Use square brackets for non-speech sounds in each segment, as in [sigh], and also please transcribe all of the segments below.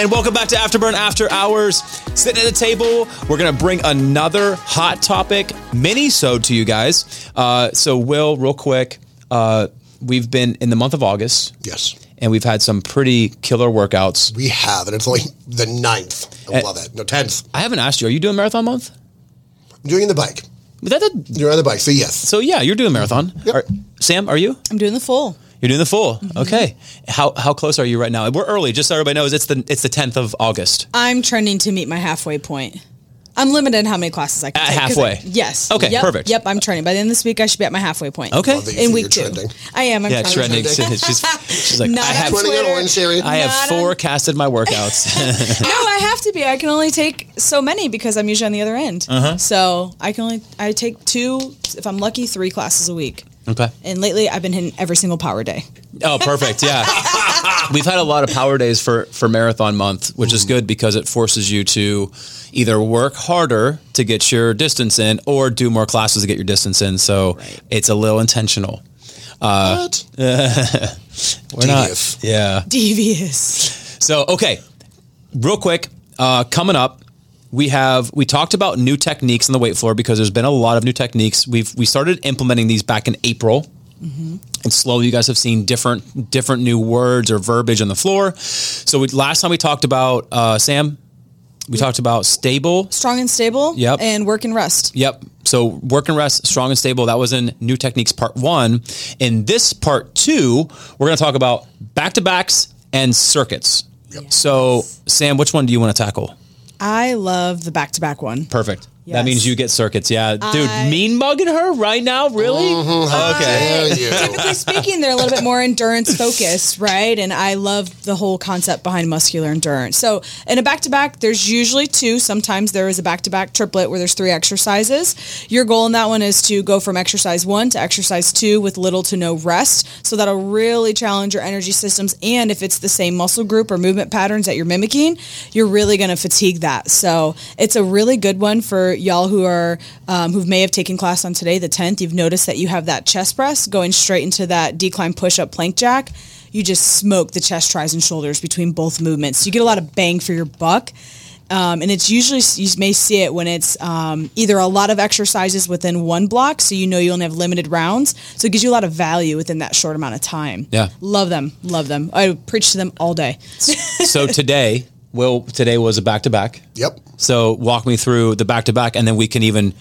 And welcome back to Afterburn After Hours. Sitting at a table, we're gonna bring another hot topic mini sewed to you guys. Uh, so, Will, real quick, uh, we've been in the month of August, Yes. and we've had some pretty killer workouts. We have, and it's only the 9th. I Eh. love it. No, 10th. I haven't asked you, are you doing marathon month? I'm doing the bike. Was that the- You're on the bike, so yes. so yeah, you're doing marathon. Yep. Are- Sam, are you? I'm doing the full. You're doing the full. Mm-hmm. Okay. How how close are you right now? We're early, just so everybody knows. It's the it's the 10th of August. I'm trending to meet my halfway point. I'm limited in how many classes I can At take 'cause I- halfway. yes. Okay, Yep, perfect. Yep. I'm trending. By the end of this week, I should be at my halfway point. Okay. Love that you In think week two, you're trending. I am. I'm Yeah, trending. trending. She's, [laughs] she's like, Not I on have, Trending on Twitter. orange theory. I have Not on- forecasted my [laughs] workouts. no, I have to be. I can only take so many because I'm usually on the other end. Uh-huh. So I can only I take two, if I'm lucky, three classes a week. okay. And lately, I've been hitting every single power day. [laughs] Oh, perfect. [laughs] Yeah. We've had a lot of power days for for marathon month, which is good because it forces you to either work harder to get your distance in or do more classes to get your distance in. So Right. it's a little intentional. What? Uh, [laughs] We're not- Devious. yeah. Devious. So okay, real quick, uh, coming up, we have we talked about new techniques on the weight floor because there's been a lot of new techniques. We've we started implementing these back in April. And slowly, you guys have seen different different new words or verbiage on the floor. So we, last time we talked about uh, Sam, we talked about stable. Strong and stable. Yep. And work and rest. Yep. So work and rest, strong and stable. That was in new techniques part one. In this part two, we're going to talk about back to backs and circuits. Yep. So Sam, which one do you want to tackle? I love the back to back one. Perfect. That Yes. means you get circuits. Yeah, I- dude, mean mugging her right now, really? Okay. There you. [laughs] Typically speaking, they're a little bit more endurance focused, right? And I love the whole concept behind muscular endurance. So, in a back to back, there's usually two. Sometimes there is a back to back triplet where there's three exercises. Your goal in that one is to go from exercise one to exercise two with little to no rest. So, that'll really challenge your energy systems. And if it's the same muscle group or movement patterns that you're mimicking, you're really going to fatigue that. So, it's a really good one for y'all who are, um, who may have taken class on today, the 10th. You've noticed that you have that chest press going straight into that decline push up plank jack you just smoke the chest, tries, and shoulders between both movements. You get a lot of bang for your buck. Um, and it's usually you may see it when it's um, either a lot of exercises within one block, so you know you only have limited rounds, so it gives you a lot of value within that short amount of time. Yeah. love them, love them. I would preach to them all day. Oh. so today, well, today was a back to back. Yep. So walk me through the back to back, and then we can even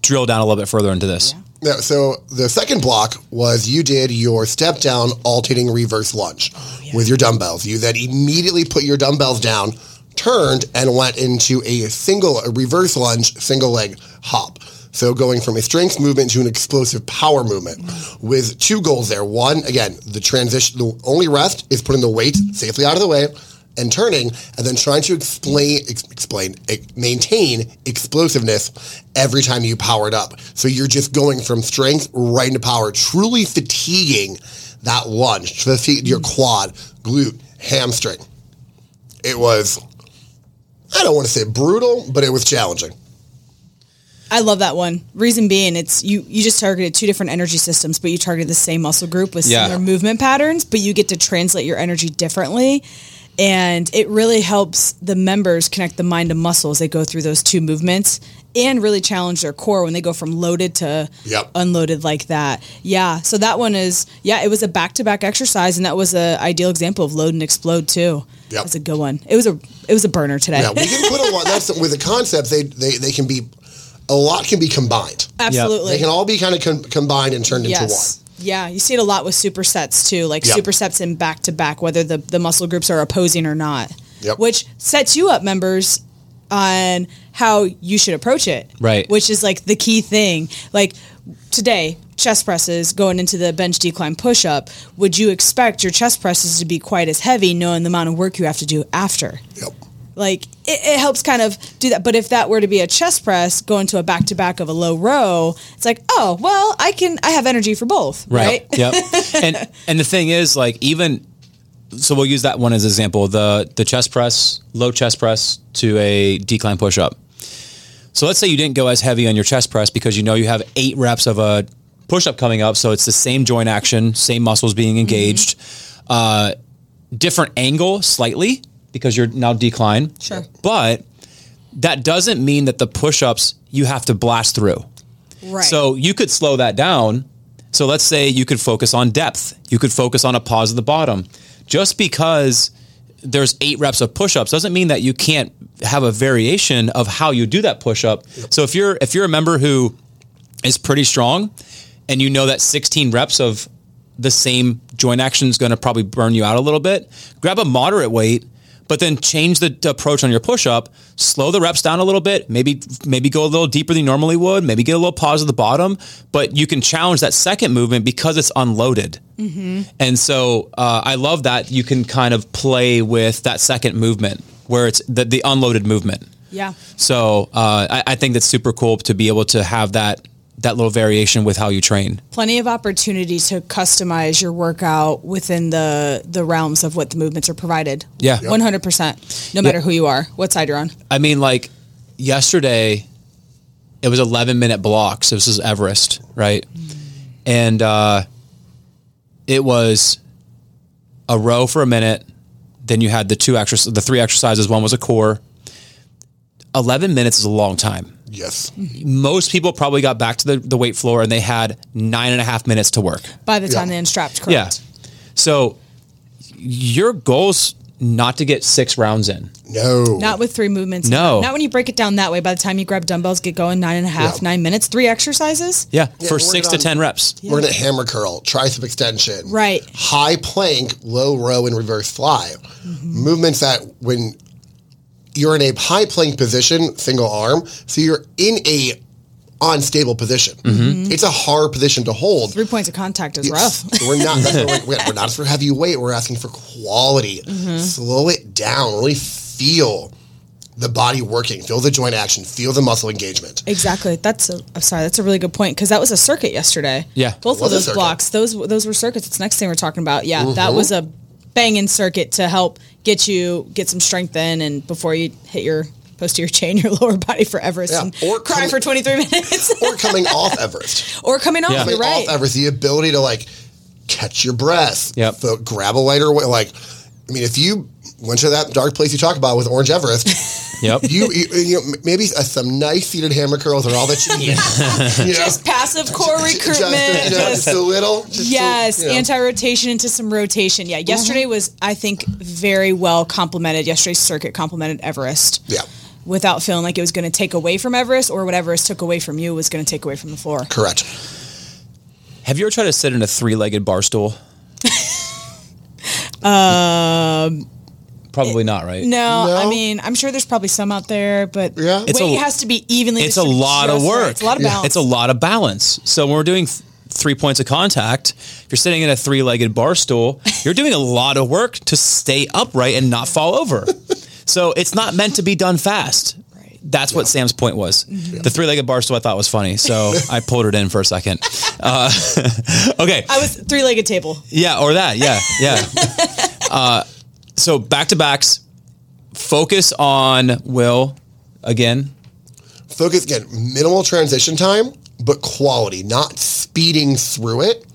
drill down a little bit further into this. No, so the second block was you did your step down alternating reverse lunge with your dumbbells. You then immediately put your dumbbells down, turned, and went into a single a reverse lunge, single leg hop. So going from a strength movement to an explosive power movement with two goals there. One, again, the transition, the only rest is putting the weight safely out of the way and turning and then trying to explain ex- explain ex- maintain explosiveness every time you power it up so you're just going from strength right into power truly fatiguing that lunge fatigue your quad glute hamstring it was i don't want to say brutal but it was challenging I love that one. Reason being, it's you. You just targeted two different energy systems, but you targeted the same muscle group with Yeah. similar movement patterns. But you get to translate your energy differently, and it really helps the members connect the mind to muscle as they go through those two movements, and really challenge their core when they go from loaded to Yep. unloaded like that. Yeah. So that one is yeah. It was a back to back exercise, and that was a ideal example of load and explode too. Yep. That's a good one. It was a it was a burner today. yeah we can put a lot that's with the concepts they, they they can be a lot can be combined [laughs] Absolutely. they can all be kind of com- combined and turned into one Yeah, you see it a lot with supersets too, like Yep. supersets in back to back, whether the, the muscle groups are opposing or not, Yep. which sets you up, members, on how you should approach it. Right. Which is like the key thing. Like today, chest presses going into the bench decline push up, would you expect your chest presses to be quite as heavy knowing the amount of work you have to do after? yep like it, it helps kind of do that but if that were to be a chest press going to a back to back of a low row it's like oh well i can i have energy for both right, [laughs] Yep. yep. and and the thing is, like, even so, we'll use that one as an example. The the chest press, low chest press to a decline push up. So let's say you didn't go as heavy on your chest press because you know you have eight reps of a Mm-hmm. push up coming up. So it's the same joint action, same muscles being engaged. Uh, different angle slightly because you're now decline. Sure. But that doesn't mean that the push ups you have to blast through. Right. So you could slow that down. So let's say you could focus on depth. You could focus on a pause at the bottom. Just because there's eight reps of push-ups doesn't mean that you can't have a variation of how you do that push-up. So if you're if you're a member who is pretty strong and you know that 16 reps of the same joint action is going to probably burn you out a little bit, grab a moderate weight but then change the approach on your push up, slow the reps down a little bit, maybe maybe go a little deeper than you normally would, maybe get a little pause at the bottom, but you can challenge that second movement because it's unloaded. And so uh, I love that you can kind of play with that second movement where it's the, the unloaded movement. yeah. So uh, I, I think that's super cool to be able to have that that little variation with how you train. Plenty of opportunity to customize your workout within the the realms of what the movements are provided. Yeah. Yep. one hundred percent. No matter who you are, what side you're on. I mean, like yesterday, it was 11 minute blocks. This is Everest, right? And uh, it was a row for a minute. Then you had the two exercises, the three exercises. One was a core. 11 minutes is a long time. Yes. Most people probably got back to the, the weight floor and they had nine and a half minutes to work. By the time Yeah. they unstrapped, correct? Yeah. So your goal's not to get six rounds in. No. Not with three movements. No. Not when you break it down that way. By the time you grab dumbbells, get going, nine and a half, Yeah. nine minutes, three exercises. Yeah. for we're six to done. 10 reps. We're gonna hammer curl, tricep extension, Right. High plank, low row, and reverse fly. Mm-hmm. Movements that when you're in a high plank position, single arm, so you're in a unstable position. It's a hard position to hold. Three points of contact is Mm-hmm. rough. So [laughs] We're not. That's what we're, we're not for heavy weight. We're asking for quality. Mm-hmm. Slow it down. Really feel the body working. Feel the joint action. Feel the muscle [laughs] engagement. Exactly. That's a, I'm sorry. That's a really good point because that was a circuit yesterday. Yeah. It was a Both of those circuit. Uh-huh. blocks. Those those were circuits. It's the next thing we're talking about. Yeah. That was a banging circuit to help get you get some strength in and before you hit your posterior chain, your [laughs] lower body for Everest Yeah, and or cry coming- for 23 [laughs] minutes Or coming off Everest. or coming off. Yeah. You're Coming right. off Everest, the ability to like catch your breath. Yep. fo- grab a lighter way. Like, I mean, if you went to that dark place you talk about with Orange Everest. [laughs] Yep. You, you, you know, maybe uh, some nice seated hammer curls are all that you need. You know? Just passive core recruitment. just, just- just a little. Just a- Yes, you know. anti-rotation into some rotation. Yeah, yesterday Uh-huh. was I think very well complemented. Yesterday's circuit complemented Everest. Yeah. Without feeling like it was going to take away from Everest or what Everest took away from you was going to take away from the floor. Correct. Have you ever tried to sit in a three-legged bar [laughs] stool? Probably not, right? Um, No, No. I mean, I'm sure there's probably some out there, but Yeah. weight It's a- has to be evenly It's a distributed lot of just right. work. It's a lot of balance. It's a lot of balance. So when we're doing th- three points of contact, if you're sitting in a three-legged bar stool, you're doing a lot of work to stay upright and not fall [laughs] over. so it's not meant to be done fast. Right. Mm-hmm. That's what Sam's point was. The three-legged bar stool I thought was funny, [laughs] so I pulled it in for a second. Uh, [laughs] okay. I was [laughs] three-legged table. Yeah, or that. Yeah, yeah. uh, so back to backs. Focus on Will again. Focus again, minimal transition time, but quality, not speeding through it.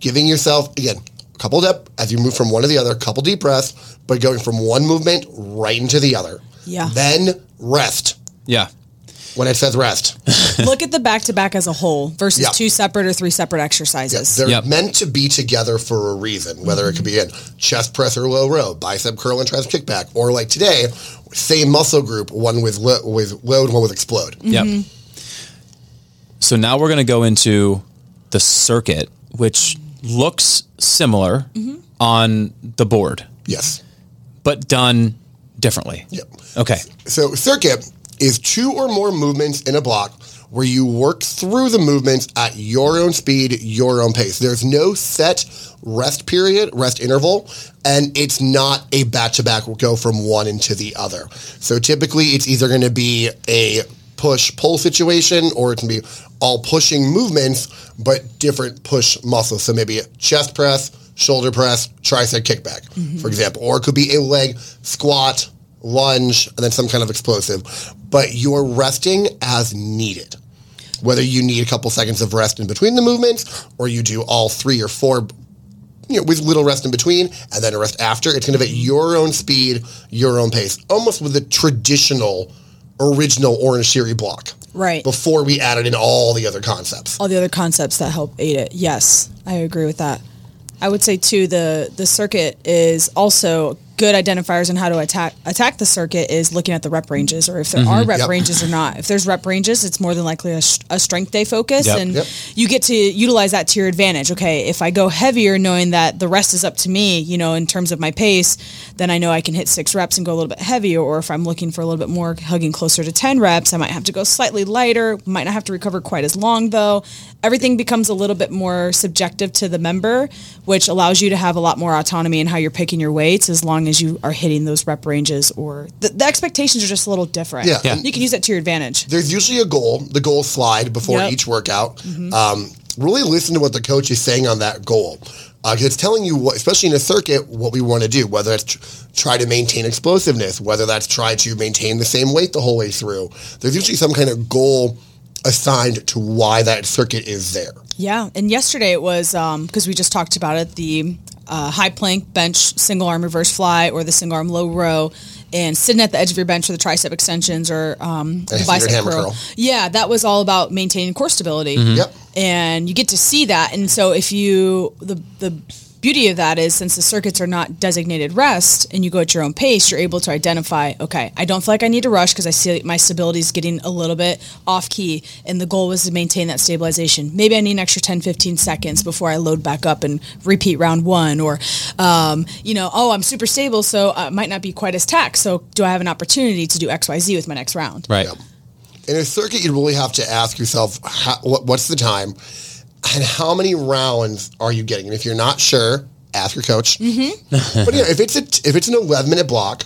Giving yourself, again, a couple depth as you move from one to the other, couple deep breaths, but going from one movement right into the other. Yeah. Then rest Yeah, when it says rest. Look at the back-to-back as a whole versus Yeah. two separate or three separate Yeah, exercises. they're Yep. meant to be together for a reason, whether it could be in chest press or low row, bicep curl and tricep kickback, or like today, same muscle group, one with lo- with load, one with explode. yeah. So now we're going to go into the circuit, which looks similar on the board, Yes. but done differently. Yep. Okay. So circuit is two or more movements in a block where you work through the movements at your own speed, your own pace. There's no set rest period, rest interval, and it's not a back to back go from one into the other. So typically it's either going to be a push pull situation or it can be all pushing movements but different push muscles. So maybe a chest press, shoulder press, tricep kickback, for example, or it could be a leg squat, lunge, and then some kind of explosive. But you're resting as needed. Whether you need a couple seconds of rest in between the movements or you do all three or four you know, with little rest in between and then a rest after. It's kind of at your own speed, your own pace, almost with the traditional original orange theory block. Right. Before we added in all the other concepts. all the other concepts that help aid it. Yes, I agree with that. I would say too the the circuit is also good identifiers on how to attack attack the circuit is looking at the rep ranges or if there are rep Yep. ranges or not. If there's rep ranges, it's more than likely a, sh- a strength day focus, Yep. and Yep. you get to utilize that to your advantage. Okay, if I go heavier, knowing that the rest is up to me, you know, in terms of my pace, then I know I can hit six reps and go a little bit heavier. Or if I'm looking for a little bit more, hugging closer to 10 reps, I might have to go slightly lighter, might not have to recover quite as long though. Everything becomes a little bit more subjective to the member, which allows you to have a lot more autonomy in how you're picking your weights as long as you are hitting those rep ranges or the, the expectations are just a little different. Yeah. Yeah. You can use that to your advantage. there's usually a goal, the goal slide before Yep. each workout. Um, really listen to what the coach is saying on that goal. Uh, 'cause it's telling you, what, especially in a circuit, what we want to do, whether that's tr- try to maintain explosiveness, whether that's try to maintain the same weight the whole way through. There's usually some kind of goal assigned to why that circuit is there. Yeah, and yesterday it was because we just talked about it the uh, high plank, bench, single arm reverse fly, or the single arm low row, and sitting at the edge of your bench for the tricep extensions or um, the standard bicep hammer curl. curl. Mm-hmm. Yeah, that was all about maintaining core stability. Yep. And you get to see that. And so if you the the beauty of that is since the circuits are not designated rest and you go at your own pace, you're able to identify, okay, I don't feel like I need to rush because I see my stability is getting a little bit off key and the goal was to maintain that stabilization. Maybe I need an extra 10, 15 seconds before I load back up and repeat round one or, um, you know, oh, I'm super stable, so I might not be quite as taxed. So do I have an opportunity to do X, Y, Z with my next round? Right. In a circuit, you really have to ask yourself, how, what, what's the time and how many rounds are you getting? And if you're not sure, ask your coach. but yeah, if it's a, if it's an 11 minute block,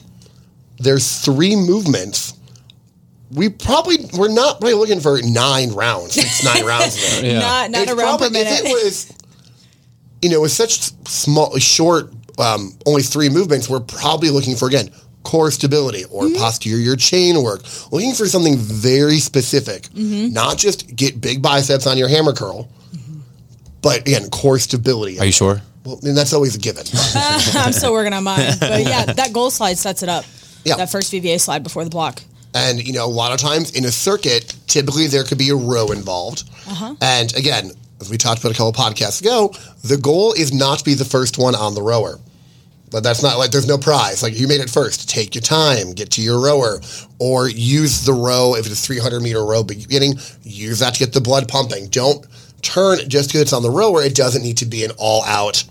there's three movements. We probably we're not really looking for nine rounds. It's nine rounds. There Yeah. Not, [laughs] not it's a round per probably- minute. If it was, you know, with such small, short, um, only three movements, we're probably looking for again core stability or Mm-hmm. posterior chain work, looking for something very specific, Mm-hmm. not just get big biceps on your hammer curl, but again core stability. Are you sure? Well, and that's always [laughs] a given. [laughs] I'm still working on mine. But yeah, that goal slide sets it up. Yeah. That first VBA slide before the block. And you know, a lot of times in a circuit, typically there could be a row involved. And again, as we talked about a couple podcasts ago, the goal is not to be the first one on the rower. But that's not like there's no prize. Like you made it first. Take your time, get to your rower, or use the row if it's a 300 meter row beginning. Use that to get the blood pumping. Don't turn just because it's on the rower. It doesn't need to be an all out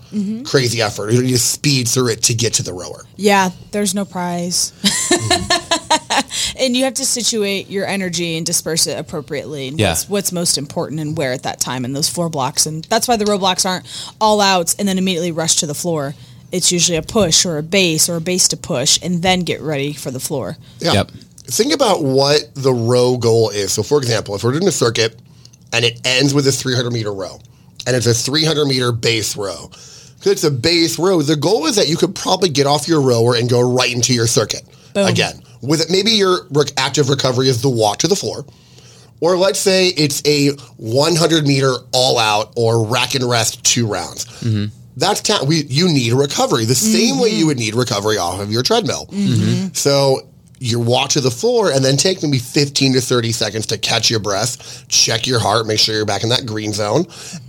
crazy effort. You don't need to speed through it to get to the rower. Yeah, there's no prize. [laughs] and you have to situate your energy and disperse it appropriately and Yeah. what's, what's most important and where at that time in those floor blocks. And that's why the row blocks aren't all outs and then immediately rush to the floor. It's usually a push or a base or a base to push and then get ready for the floor. Yeah. Yep. Think about what the row goal is. So, for example, if we're doing a circuit and it ends with a 300 meter row and it's a 300 meter base row, because it's a base row, the goal is that you could probably get off your rower and go right into your circuit Boom. again. With it, maybe your rec- active recovery is the walk to the floor. Or let's say it's a 100 meter all out or rack and rest two rounds. That's ta- we, you need a recovery the same way you would need recovery off of your treadmill. So you walk to the floor and then take maybe 15 to 30 seconds to catch your breath, check your heart, make sure you're back in that green zone,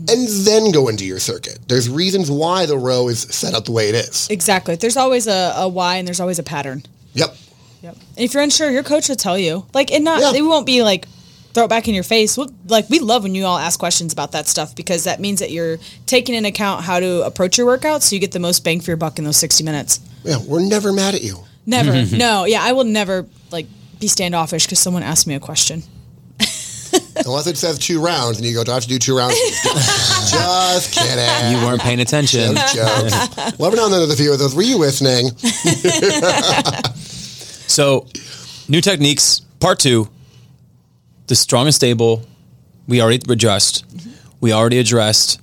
and then go into your circuit. There's reasons why the row is set up the way it is. Exactly. There's always a, a why and there's always a pattern. Yep. Yep. And if you're unsure, your coach will tell you. Like, and not Yeah. it won't be like throw it back in your face. We'll, like, we love when you all ask questions about that stuff because that means that you're taking into account how to approach your workout so you get the most bang for your buck in those 60 minutes. Yeah, we're never mad at you. [laughs] Never. no. Yeah, I will never like be standoffish because someone asked me a question. Unless it says two rounds and you go, do I have to do two rounds? [laughs] Just kidding. You weren't paying attention. jokes. Well, every now and then there's a few of those. Were you listening? So, new techniques, part two. The strong and stable, we already addressed. We already addressed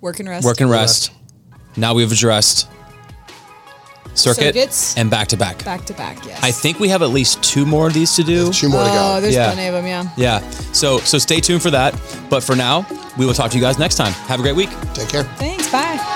Work and rest. work and rest. Now we've addressed circuit Circuits. and back to back. Back to back. Yes. I think we have at least two more of these to do. Two more Oh, to go. there's Yeah. plenty of them. Yeah. Yeah. So so stay tuned for that. But for now, we will talk to you guys next time. Have a great week. Take care. Thanks. Bye.